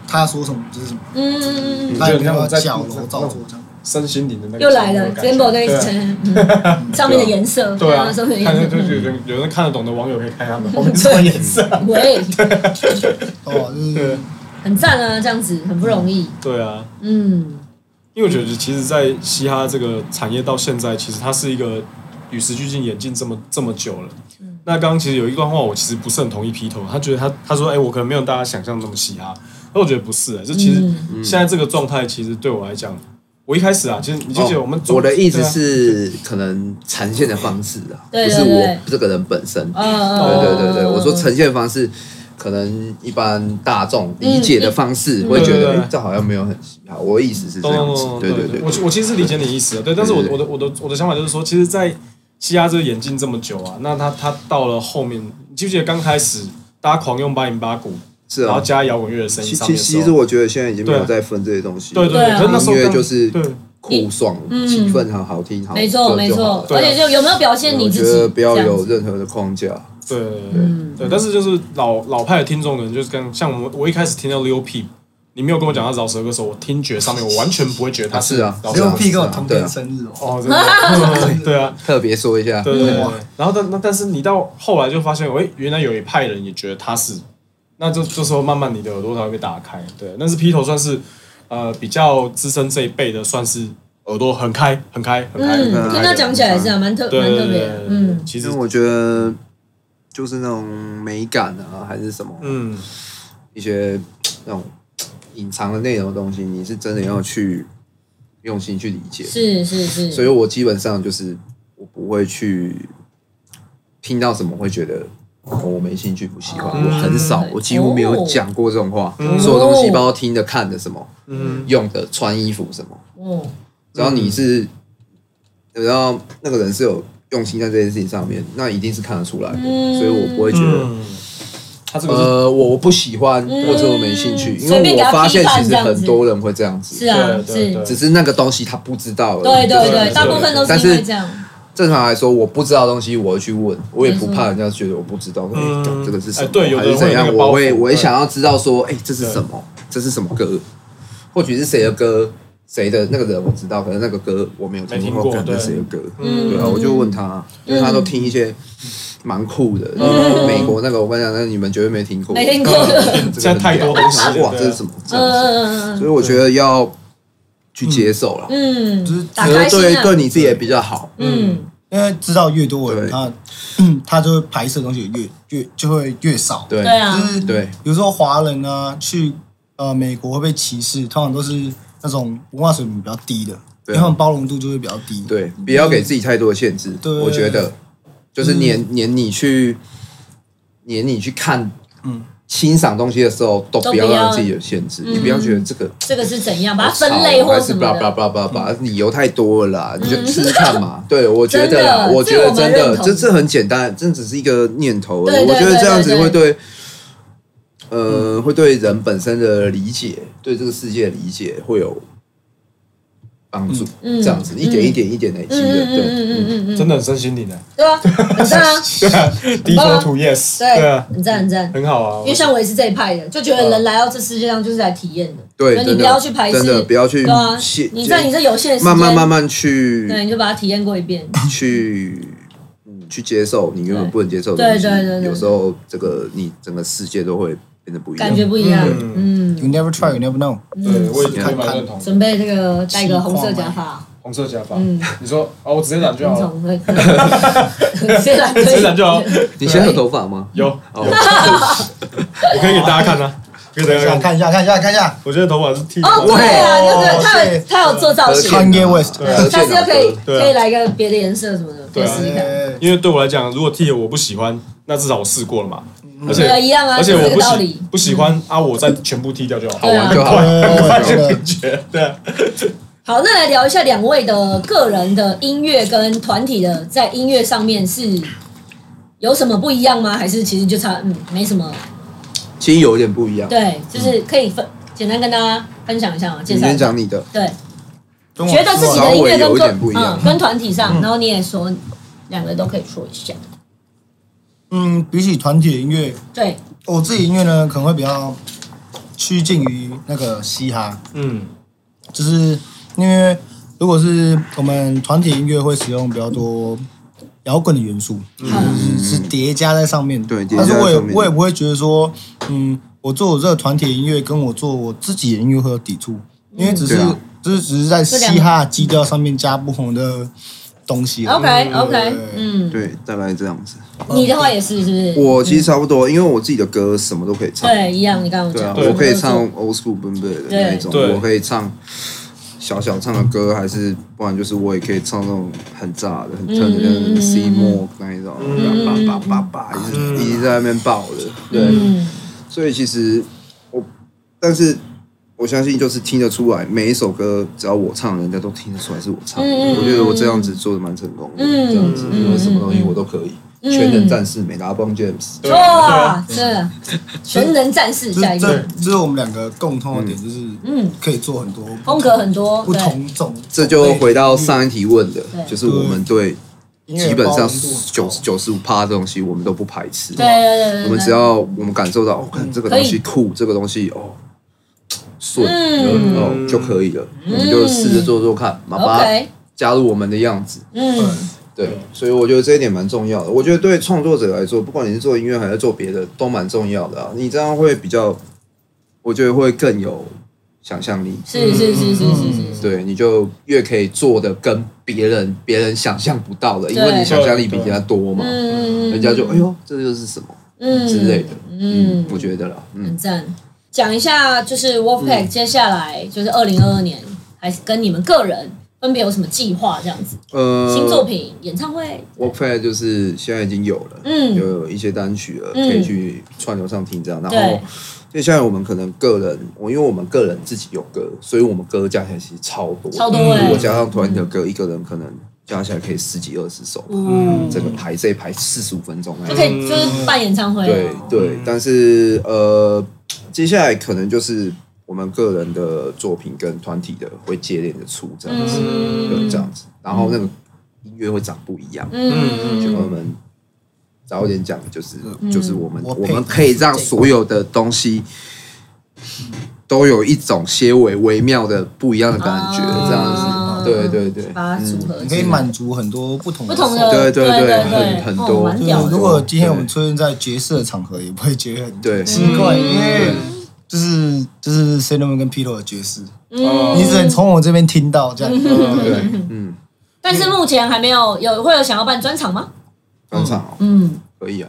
他说什么就是什么，
嗯，
他有没有矫揉造作 这样？
身心灵的那个
又来了
感觉
z a m b o 跟
对啊
嗯上面的颜色，
对啊，
上面的
看就就
颜色，
有人有人看得懂的网友可以看他们后面什么颜色。
喂，
啊
哦，就是
对
很赞啊，这样子很不容易，
对啊，
嗯
因为我觉得其实，在嘻哈这个产业到现在，其实它是一个与时俱进、演进这么这么久了。那刚刚其实有一段话，我其实不是很同意劈头，他觉得他他说，哎、我可能没有大家想象那么嘻哈，但我觉得不是、就其实
嗯
现在这个状态，其实对我来讲，我一开始啊，其实你就记得我们、啊
哦我的意思是可能呈现的方式啊，
对
不是
对
我
对
这个人本身。
嗯嗯，
对对对对，
哦
嗯
我说呈现方式，可能一般大众
嗯
理解的方式会觉
对对
得，
对哦
哎，这好像没有很嘻哈。我的意思是这样子
懂，
对对对
我
对，
我其实理解你意思的，啊对，但是我
对
我的我的我的想法就是说，其实，在嘻哈这个演进这么久啊，那他他到了后面，你记不记得刚开始大家狂用八零八鼓，
是
然后
啊。
加摇滚乐的声音
其
上
其
面的
其
时
实
候，
我觉得现在已经没有
对啊
在分这些东西，
对对
对
对，
啊
可是那时候
音乐
刚
就是
对
酷爽
嗯、
气氛好好
哦
听，好
没错
这
没
就好
错
对
了，
而
啊
且就有没有表现你
啊我
自
觉
己，
得不要
这样
有
子
任何的框架，
对对对
嗯
对，但是就是老老派的听众呢，就是跟像我我一开始听到 Lil Peep，你没有跟我讲他饶舌歌手，我听觉上面我完全不会觉得他
是啊
饶
只
舌
有
歌手
P 跟我同年生日哦，
哦，真的， 对啊，
特别说一下，
对对对
哇
对。然后但那但是你到后来就发现，喂，原来有一派人也觉得他是，那就这时候慢慢你的耳朵才会被打开。对，但是劈头算是呃比较资深这一辈的，算是耳朵很开很开很开。很开
嗯，
的
听他讲起来是啊，蛮特
对
蛮
对
特
对
别
对
的，，
嗯
嗯，
其
其
实
实我觉得就是那种美感啊，还是什么，
嗯
一些那种隐藏的内容的东西，你是真的要去用心去理解。
是是是，
所以我基本上就是我不会去听到什么会觉得。哦我没兴趣，不喜欢。
嗯
我很少，我几乎没
哦
有讲过这种话。
嗯
所有东西，包括听的、看的、什么
嗯
用的、穿衣服什么，
哦，
只要你是，
嗯
只要那个人是有用心在这件事情上面，那一定是看得出来的。
嗯
所以我不会觉得
嗯，他这个是
呃，我我不喜欢，
嗯
或者我没兴趣，因
随便
为
给
我
他
发现
批判
其实
这样子
很多人会这样子，
是啊，
对对
是，
对
只是那个东西他不知道而
对
已。
对
就是
对
对，大部分都
但
是因为
是
这样，
正常来说，我不知道的东西，我会去问，我也不
没错
怕人家觉得我不知道，说
嗯
哎干这个是什么
哎，对有
还
的人
是怎
会有那
样，
个包袱
我会，我也
对嗯
想要知道说，哎，这是
对
什么？这是什么歌？或许是谁的歌，谁的那个人我知道，可是那个歌我没有
没
听
听过
干这
对
谁的歌？
嗯，
对啊，我就问他，因为他都听一些蛮酷的，美国那个我跟你讲，那你们绝对没听过，
嗯没听 过
嗯
现在太多东西了对
哇，
啊
这是什么？这
嗯
样子
嗯嗯
所
嗯
以我觉得要去接受了，
嗯，
就是
打
可
开
能对
心啊，
对你自己也比较好。
嗯，
因为知道越多人，
对
他嗯他就会拍摄的东西越越就会越少。
对
对啊
就，是
对
比如说华人啊，去呃美国会被歧视，通常都是那种文化水平比较低的，因
对啊
为他们包容度就会比较低。，
对，不要给自己太多的限制。
对
我嗯觉得就是撵撵你去撵你去看，
嗯
欣赏东西的时候，都
都
不要
不要
让自己有限制，你不要觉得这个
这个是怎样，把它
好吵
分类或
还
什
是
么
叭叭
的。嗯
叭叭叭，理由太多了啦，你就试试 看嘛。对，我觉
真
得
的
啦，我
这
觉
个
得
我们
真
认
的，
同
这这很简单，这只是一个念头而
对
已。
对
我觉得
对
这样子
对嗯
会对，呃，会对人本身的理解，对这个世界的理解会有帮助。
嗯
这样子一点一点一点累积
嗯
的，
嗯
对。
嗯嗯嗯嗯，
真的很身心灵的。
对啊，很赞啊，
对啊，低头土 yes，对啊，
很赞很赞。
很好啊
呃因。为像我也是这一派的，就觉得人来到这世界上就是来体验的，
对
所以，你
真
不
的
要去排斥，
真的不要去
对啊
限，
你在你这有限的时间，
慢慢慢慢去
对，你就把它体验过一遍。
去嗯去接受你原
对
本不能接受的
对
东西，
对对对
有时候这个你整个世界都会变得不一样。
感觉不一样。
You
嗯，
never try, you never know。
对，我
啊
也蛮认同的。
准备这个戴个红色假发，
红色假发
嗯，
你说哦，我直接染就好了，
红色，先 来
直接染就好。
你现在有头发吗？
有，
哦，
我可以给大家看啊，给大
看一
家看。
下，看一下，看一下，看一下。
我觉得头发是剃的。
哦，对啊，就是他有
对
他有做造型，
Kanye West
下次就可以
对啊
可以来个别的颜色什么的，可
对
以
啊
试试看。
哎
因为对我来讲，如果剃了我不喜欢，那至少我试过了嘛。而且
对啊，一样啊，
而且
就是
我
这
不
个道
喜
理。
不喜欢啊，我再全部剃掉就好，
对啊
就好了。
很 快就
哦对
解决。对啊，
好，那来聊一下两位的个人的音乐跟团体的在音乐上面是有什么不一样吗？还是其实就差嗯没什么？
其实有点不一样。
对，就是可以分简单跟大家分享一下嘛，介
你
绍一
先
下。
讲你的，
对，
跟我
觉得自己的音乐
稍微有
跟
一
跟
点不一样
嗯跟团体上，然后你也说两个都可以说一下。
嗯，比起团体的音乐，
对，
我自己音乐呢可能会比较趋近于那个嘻哈，
嗯，
就是因为如果是我们团体音乐会使用比较多摇滚的元素，
嗯，
是是叠加在上面的。
对叠加
但
在
是我也
上面
我也不会觉得说，嗯，我做我这个团体的音乐跟我做我自己的音乐会有抵触，因为只是、
对啊
就是只是在嘻哈基调上面加不同的东西而已。
OK OK，嗯，
对，大概这样子。
你的话也是是不是？
我其实差不多，因为我自己的歌什么都可以
嗯
唱。
对一样，你刚刚
对
讲
啊，
的，
我可以唱
都有做
old school 奔贝的那一种
对，对
我可以唱小小唱的歌，还是不然就是我也可以唱那种很炸的、很特的那
嗯嗯嗯嗯
种 C more 那一种，叭叭叭叭叭，一直一直在那边爆的。对，
嗯，
所以其实我，但是我相信就是听得出来，每一首歌只要我唱，人家都听得出来是我唱的。
嗯嗯嗯
我觉得我这样子做的蛮成功的，
嗯
这样子
嗯
因为什么东西我都可以，全能战士美拉邦
嗯
James。
对啊
哇，这全能战士
就
下
是
一
这
个，
这是我们两个共通的点，就是
嗯，
可以做很多不
风格很多，
不
对，
同种。
这就回到上一题问的
对，
就是我们对
音乐
基本
包
上
容度
九九十五趴的东西，我们都不排斥。
对嗯对对对，
我们只要我们感受到，哦，看这个东西酷，这个东西哦顺，
嗯
哦就可以了，我们就试着做做看，嘛，把它
OK，
加入我们的样子。
嗯，
对，所以我觉得这一点蛮重要的。我觉得对创作者来说，不管你是做音乐还是做别的，都蛮重要的啊。你这样会比较，我觉得会更有想象力。
是是是是是是是，
对，你就越可以做的跟别人别人想象不到的，因为
对
你想象力比人家多嘛，
嗯
人家就哎呦，这又是什么
嗯
之类的，
嗯
嗯，我觉得啦，嗯
很，赞。讲一下，就是 Wolfpack 接下来就是二零二二年，还是跟你们个人分别有什么计划？这样子，
呃，
新作品、演唱会，
w o r k p a d 就是现在已经有了，
嗯
有一些单曲了，可
嗯
以去串流上听这样。然
对
后接下来我们可能个人，我因为我们个人自己有歌，所以我们歌加起来其实超多，
超多哎
如果加上团体的歌，一个人可能加起来可以十几二十首，
嗯，
整个排这一排四十五分钟哎
就可以啊就是办演唱会
对
了，
对，但是呃，接下来可能就是我们个人的作品跟团体的会接连的出这样子，
嗯
对，这样子，然后那个音乐会长不一样，
嗯
就我
嗯
们早一点讲，就是就是我们
我
我们
配
可以让所有的东西。都有一种些微微妙的不一样的感觉，
啊
这样子，对对对，
把它组
嗯
合起
你可
来
以满足很多不同
不
的
同
风格
的，
对
对对，
对对很很多
哦蛮
就
屌
是
的，
嗯如果今天我们出现在爵士的场合，也不会觉得很
嗯
对啊
奇怪，因为就是就是 Cinnamon 跟 Pito 的爵士，
嗯
你只能从我这边听到这样。
对，嗯，
但是目前还没有有会有想要办专场吗？
专场哦
嗯，
可以啊，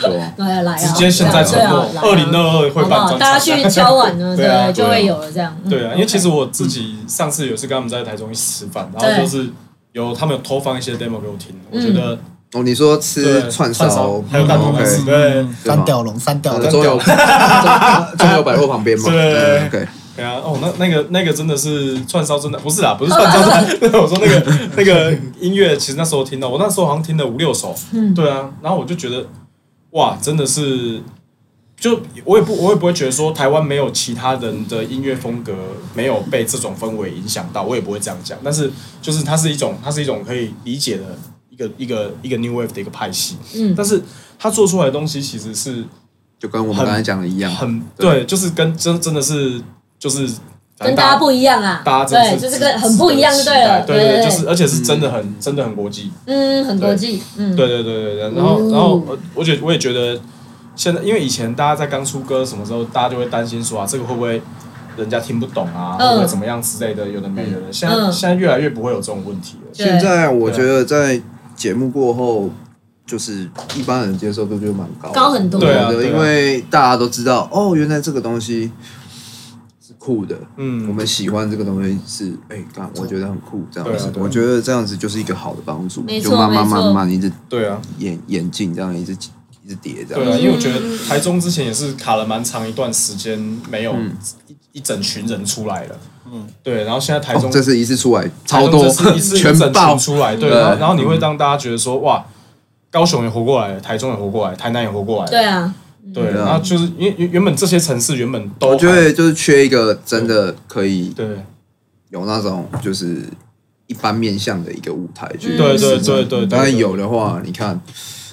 对啊，
对，来啊，
直接现在
对
承
啊
诺，
来啊
二零二二会
好不
办
好？
专
大家
场。
去敲碗呢，
对啊对啊
就会有了这样。嗯
对啊，因为其实我自己上次有一次跟他们在台中一起吃饭，然
对嗯
后就是有他们有偷放一些 demo 给我听，我觉得
哦，你说吃
对
串
串
烧
烧，还有蛋
哦
烘
，OK
丝，对
嗯三吊龙，三吊
呃
龙，
中 友中中友百货旁边嘛，
对
嗯，OK，
对啊，哦，那那个那个真的是串烧，真的不是啦，不是串 烧，我说那个那个音乐，其实那时候听到，我那时候好像听了五六首，
嗯
对啊，然后我就觉得，哇，真的是，就我也不我也不会觉得说台湾没有其他人的音乐风格没有被这种氛围影响到，我也不会这样讲，但是就是它是一种它是一种可以理解的一个一个一个 new wave 的一个派系，
嗯
但是它做出来的东西其实是
就跟我们刚才讲的一样，
很
对
对，就是跟真真的是就是反
跟
正
大家不一样啊，
大家真
对，
的
就是跟很不一样就
值得期
对了，
待对
对
对，就是而且
嗯
是真的很真的很国际，
嗯，很国际，嗯，
对对对对对。然后
嗯
然后呃我觉得我也觉得现在，因为以前大家在刚出歌什么时候，大家就会担心说啊，这个会不会人家听不懂啊，
嗯
会不会怎么样之类的，有的没的。现在
嗯
现在越来越不会有这种问题了。
对
现在我觉得在节目过后，就是一般人接受度就蛮高的，
高很多
对啊对啊
因为大家都知道，哦，原来这个东西是酷的，
嗯，
我们喜欢这个东西是，哎，干，我觉得很酷，这样
对
子
啊，对啊
我觉得这样子就是一个好的帮助，
没错
就慢慢
没错
慢慢一直
对啊，
演演进，这样一直一直叠这
对
样
啊，
子，
因为我觉得台中之前也是卡了蛮长一段时间，没有
嗯
一一整群人出来了。嗯，对，然后现在台
哦
中
这次一次出来
台
超
中
多
这次一，次
全
一整
爆
群，出来，对，
对
然后然后你会让大家觉得说，哇，高雄也活过来了，台中也活过来，台南也活过来了，
对啊，
对，
对啊
然后就是因为原原本这些城市原本都
我觉
还
得就是缺一个真的可以
对
有那种就是一般面向的一个舞台去
嗯
对
试
对
着
对对，
当然
对
有，的话，你看，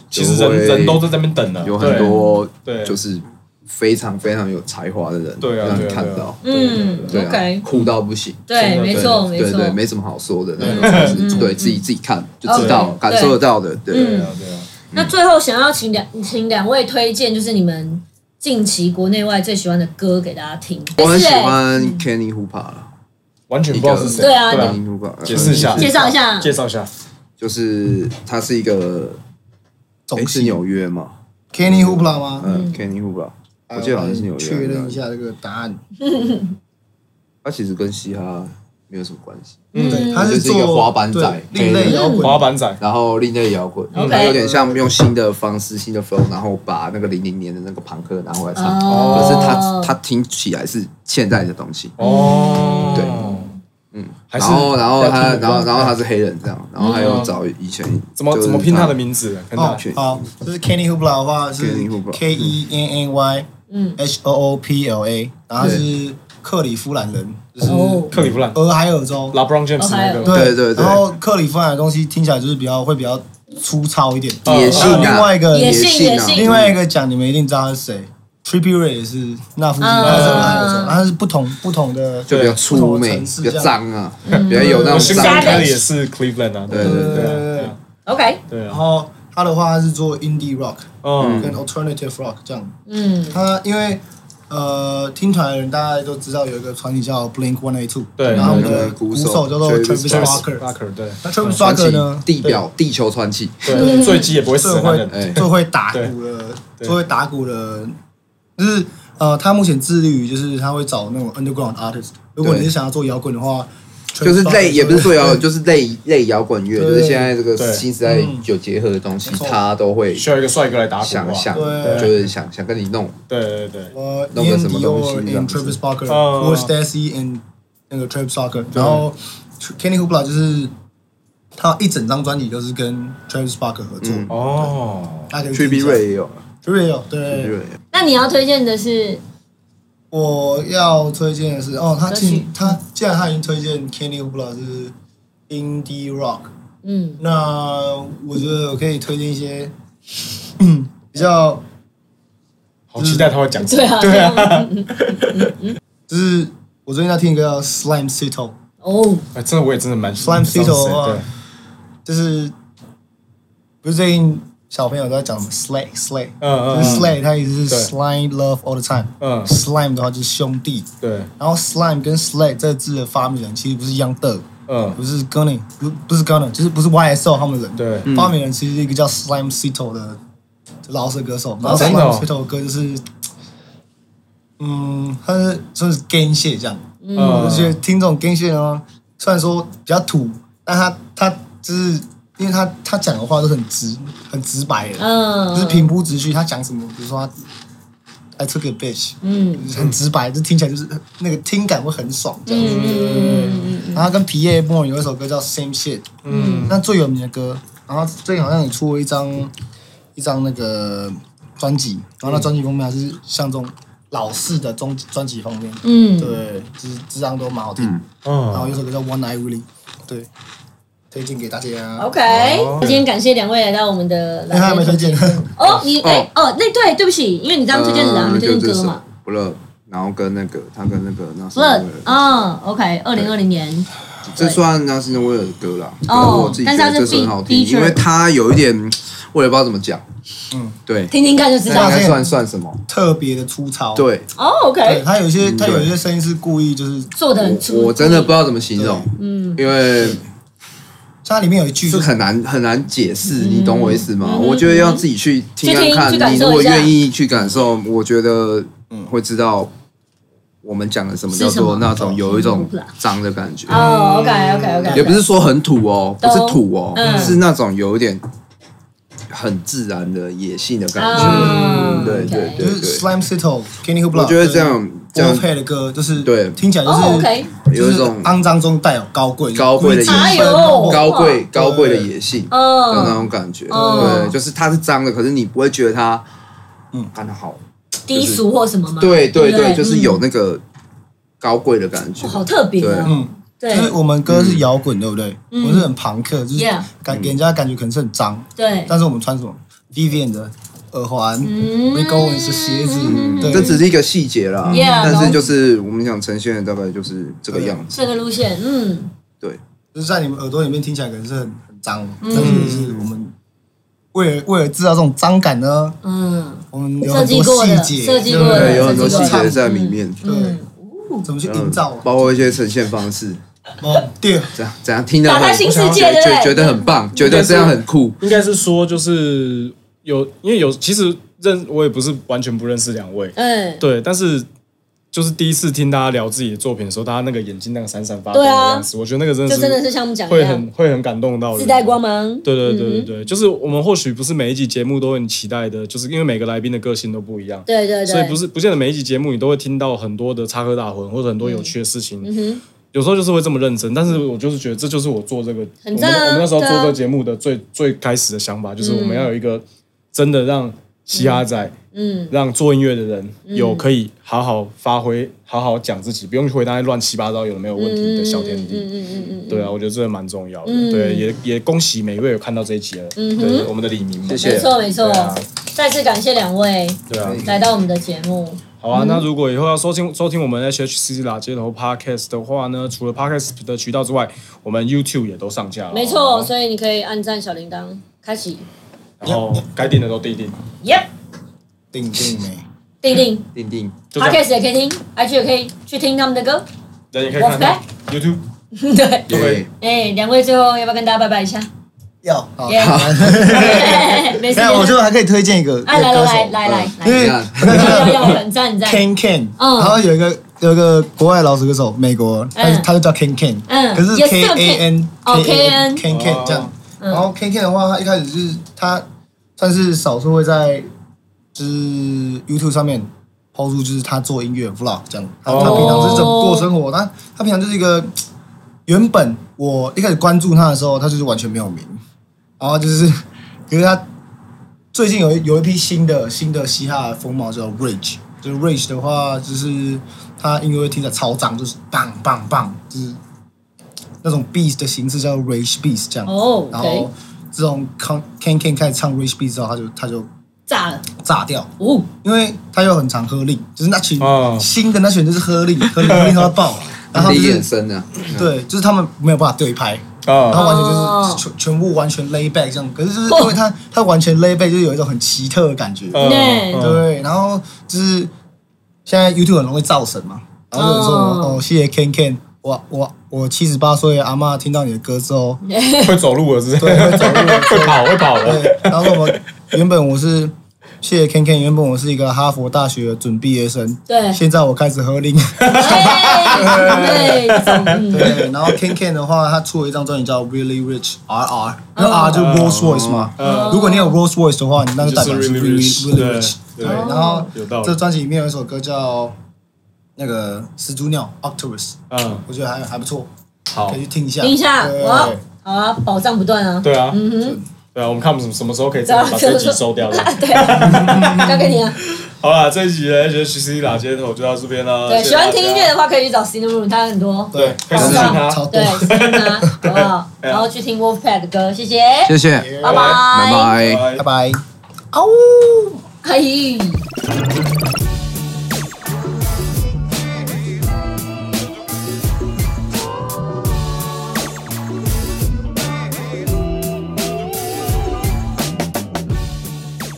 其实人人都在这边等了，
有很多
对对
就是非常非常有才华的人，
对啊，
让
对
你
啊
看
对啊
到，
对对对
嗯
对
对啊
OK，
酷到不行。
对，
真的
没
对
错，没
对对，
错，
没什么好说的那
对嗯
种，就是对自己自己看就知道，
OK，嗯
感受得到的，对
对啊对啊，
那最后想要请两请两位推荐，就是你们近期国内外最喜欢的歌给大家听。
我很
是
喜
欸
欢 Kenny Hooper 啦
完全不知道是谁，
对啊
，Kenny Hooper，呃
解释一下
介绍一下
介绍一下，
就是他是一个，
总
诶哎是纽约嘛，
Kenny Hoopla 吗？呃
嗯，Kenny Hooper，我
呃
记得好像是纽约，
确认一下这个答案。
他其实跟嘻哈没有什么关系，
嗯
嗯，
他
就是
做
一个滑板仔嗯
对
黑
另类
人
摇滚，
滑板仔，
然后另类摇滚，
OK
它有点像用新的方式、新的 flow，然后把那个零零年的那个朋克拿回来唱，
哦
可是他他听起来是现代的东西，
哦，
对嗯，然后然后他然后然后他是黑人这样，然后还
嗯
有找以前
怎么
就是
怎么拼他的名字？啊跟他
哦
全，
好，就是 Kenny Hoopla 的话是
Kenny Hoopla
K E N N Y
嗯
H O O P L A，然后他是克里夫兰人，就是
哦
克里夫兰
俄亥俄州。
，LeBron James 那个，
哦
对对对
然后克里夫兰的东西听起来就是比较会比较粗糙一点。
哦
野
还
性
有
啊，
另外一个
野性
性
野
啊
性
另外一个奖你们一定知道是谁 t r i b u r a 也是那夫基
啊
那时候那时候，他是不同不同的，
就比较粗
不同的
美，
城市
比较
这样
脏啊，
嗯
比较有那种
新
脏
凯
感
里。也是 Cleveland 啊，
对
对
对
对
对
啊
，OK，
对
然
啊，
后他的话是做 indie rock
嗯
跟 alternative rock 这样。
嗯
他因为呃，听团的人大家都知道有一个团体叫 Blink One A Two，
对
然后我们
对
的
对鼓
鼓
手
手叫做
Travis
Travis Barker，
，Parker 对
那 Travis
哦传奇
Barker 呢，
地表地球传奇，
对，坠机也不会死的
最
那
会
人，
哎
最会打鼓的，
对
最会打鼓的，就是呃，他目前致力于就是他会找那种 underground artist。如果你是想要做摇滚的话，
就是类，
Travis Barker
也不是说摇滚，就是类类摇滚乐，
对
就是现在这个
对嗯
新时代有结合的东西
没，错
他都会
需要一个帅哥来打鼓
想
啊，
想，
对
就是想想跟你弄。
对对对，
呃
弄个什么
Ian
东西
Dior
这样
and
子
Travis Barker、
嗯
Paul Stacy and 那个 Travis Barker，然后 Kenny Hoopla 就是他一整张专辑都是跟 Travis Barker 合作，
嗯
哦，
大家可以
t r i
听
b
一
y
下
Ray 也有啊
t r i b
，Trippie
对
Ray，
那你要推荐的是
我要推荐的是，哦，他
歌曲
竟他既然他已经推荐 Kenny Hoopla 就是 Indie Rock，
嗯
那我觉得我可以推荐一些嗯比较
好期待他会讲什
对啊
么，对啊，
就是我最近在听一个叫 Slime Cito，
哦
哎，真的我也真的蛮喜
Slime
欢
Fiddle 的话
对，
就是不是最近小朋友都在讲什么 slay slay，
嗯嗯
就是
嗯
slay 它意思是
对
slime love all the time，
嗯
，slime 的话就是兄弟，
对，
然后 slime 跟 slay 这个字的发明人其实不是 Young Thug，
嗯
不是 Gunning，不不是 Gunning，就是不是 YSL 他们人，
对，
嗯
发明人其实是一个叫 Slime Cito 的饶舌歌手，然后
真的
Slime
哦
Cito 的歌就是，嗯，他是算是 gay 谢这样，我
嗯
啊就觉得听这种 gay 谢呢，虽然说比较土，但他他就是因为他他讲的话都很直很直白的，
嗯，
就是平铺直叙。他讲什么，比如说他 I took a bitch，
嗯，
就是很直白，就听起来就是那个听感会很爽这样子。
嗯嗯
然后他跟皮耶莫有一首歌叫 Same Shit，
嗯
那最有名的歌，然后最近好像也出了一张一张那个专辑，然后那专辑封面还是像这种老式的中专辑封面，
嗯嗯，
对，就是这张都蛮好听。
嗯
然后
嗯
有首歌叫 One Night Willie，对，推荐给大家。
OK，今
哦
天感谢两位来到我们的
哎，还
来宾
没推荐，
哦，你哎哦，那对对不起，因为你刚刚推荐是哪？
呃
你推荐
就
歌
是
嘛
b l o 然后跟那个他跟那个纳斯
？Blood，
威尔，
嗯，OK，二零二零年，
这算纳斯威尔的歌啦。可是我自己觉
哦但
得
是它
这
是
首很好
fe-
听，
feature
因为它有一点，我也不知道怎么讲。
嗯
嗯，对，
听听看就知
那
道
应
了
该算算什么？
特别的粗糙。
对，嗯
哦
对，
，OK，
他有一些他有一些
对
声音是故意就是，
做的很
我
粗，
哎我真的不知道怎么形容，
嗯
因为
像它里面有一句
是
就是
很难很难解释，你懂我意思吗？
嗯
我觉得要自己去听
去听
看
去
看，
感
你
受
如果
一下
愿意去感受，我觉得会知道我们讲的什么
是
叫做
什么
那种有一种脏的感觉，
哦，OK，OK，OK，
嗯也不是说很土哦，不
懂
是土哦，
嗯
是那种有一点很自然的野性的感觉。
嗯，
对对
OK
对
就是 Slime Cito、Kenny h u b l
我
o
觉得这样这样
多配的歌，就是
对
听起来就
哦
是
，OK，
有一种
就是啊肮脏中带有高贵，
高贵的
就是
野
哎
性
呦，
高贵
哇
高贵的野性的那
嗯，
种感觉，
嗯
对，就是它是脏的，可是你不会觉得它，
嗯
嗯，干得好
低俗或什么吗？
对对
不
对，就是有那个高贵的感觉
哦。好特别啊，
嗯，就
对
是我们歌是摇滚，对不对？我
嗯
们是很朋克，就是
Yeah
感给人家感觉可能是很脏，
对，
但是我们穿什么 Vivian 的耳环、
嗯
Rick Owens 的鞋子
嗯，
对
这只是一个细节啦
Yeah，
但是就是我们想呈现的大概就是这个样子。
这个路线，嗯，
就是在你们耳朵里面听起来可能是很很脏，
嗯
但是就是我们为了为了制造这种脏感呢，
嗯，
我们有
设
很
计
多
过
细
的，
节，
设计
对
过
不对
的，
对有很多
设计过的
细节在里面
嗯，嗯
怎么去营造啊？
包括一些呈现方式，
哦，对，
怎样怎样听的
打开
很，
新世界
觉
对嗯不对
觉觉得很棒，觉得这样很酷。
应该是说就是有，因为有其实认我也不是完全不认识两位，
嗯，
对，但是就是第一次听大家聊自己的作品的时候，大家那个眼睛那个闪闪发光
对
的
啊
样子，我觉得那个真
就
的
真的
是
是像我们讲的
会
那
很
样，
会很感动到人
自带光芒，
对对对对
嗯
对，就是我们或许不是每一集节目都很期待的，就是因为每个来宾的个性都不一样，
对对对，
所以不，是不见得每一集节目你都会听到很多的插科打诨或者很多有趣的事情。
嗯哼，
有时候就是会这么认真，但是我就是觉得这就是我做这个，我
很
们
赞啊
我们那时候做
对啊
这个节目的最、最开始的想法，就是我们要有一个真的让嘻哈仔、
嗯，
让做音乐的人有可以好好发挥、好好讲自己，不用去回答乱七八糟有的没有问题的小天地。
嗯嗯嗯嗯嗯，
对啊，我觉得这个蛮重要的。
嗯
对，也也恭喜每一位有看到这一集的，
嗯哼
对我们的李明嘛。
谢谢
没错没错
对啊，
再次感谢两位
对啊，
来到我们的节目，
好啊。那如果以后要收听收听我们 HHC 啦街头 Podcast 的话呢，除了 Podcast 的渠道之外，我们 YouTube 也都上架了。
没
好
错，
啊
所以你可以按赞小铃铛开启
然后该定的都定一定，
，Yep，
定定没。
定定
定定，
嗯就这样。
，Podcast 也可以听，IG 也可以去听他们的歌，
人也可以看看 YouTube。
对，
对
对，
哎，两位最后要不要跟大家拜拜一下？
要好，
耶 没事，
那我就还可以推荐一个一个
哎来来
歌手嗯
来，来来来，
因为
来
那
要
个
要很赞很赞，
Ken Ken，
嗯
然后有一个有一个国外老鼠歌手，美国，但是
嗯
他就叫 Ken Ken，
嗯
可是
也
K
是叫
A N
Ken-
N
哦
Ken Ken 这样，
嗯
然后 Ken Ken 的话，他一开始是他算是少数会在就是 YouTube 上面抛出就是他做音乐 vlog 这样，他他
哦
平常是怎么过生活，他他平常就是一个原本我一开始关注他的时候，他就是完全没有名，然后就是可是他最近有一有一批新的新的嘻哈的风貌叫 Rage，就是 Rage 的话，就是他音乐会听的超脏，就是棒棒棒，就是那种 beat 的形式叫 Rage beat 这样。
哦
然
OK
后自从 Con- Ken Ken 开始唱 Rage beat 之后，他就他就
炸了，
炸掉，
哦，
因为他又很常喝令，就是那群、
哦
新的那群就是喝令，喝令喝令到他爆，然后
你
就
的眼
是
神呢？
对，就是他们没有办法对拍，然
啊
后完全
哦
就是全全部完全 lay back 这样，可是就是因 为他他完全 lay back 就是有一种很奇特的感觉，
嗯呃
对
对，然后就是现在 YouTube 很容易造神嘛，然后有人说
哦
哦谢谢 Ken Ken，我我我七十八岁的阿嬷听到你的歌 之后，
会走路了，是不是？
对，会走路了，
会跑，会跑了。
对，然后我原本我是谢谢 Ken Ken，原本我是一个哈佛大学准毕业生，
对
现在我开始喝令。
哎对，这种 嗯
对，然后 Ken Ken 的话，他出了一张专辑叫 Really Rich R R，那
嗯
R 就是 Rolls Royce 嘛。
嗯
如果你有 Rolls Royce 的话，你那就代表
就是
是
Really
Really
Rich，
Really
对
Rich。
对
对，
哦
然后
有道理
这专辑里面有一首歌叫那个始祖鸟 Octopus，
嗯，
我觉得还还不错，
好
可以，去听一下。
听一下，
对
哇，好啊，宝藏不断啊，
对啊，对啊，我们看我们什么什么时候可以真的把这集收掉。这样
对啊，交给你啊。
好啦，这一集呢，就是其实打街头就到这边啦。
对，
谢谢
喜欢听
大家
音乐的话，可以去找 Cinema Room，它很多。
对，可以私信
超
他
超。
对
多。
，Cinema，好不 好？
对啊
然后去听 Wolfpack 的歌，谢谢，
谢谢，
拜
拜
拜拜。
拜
拜拜。
哦，嘿。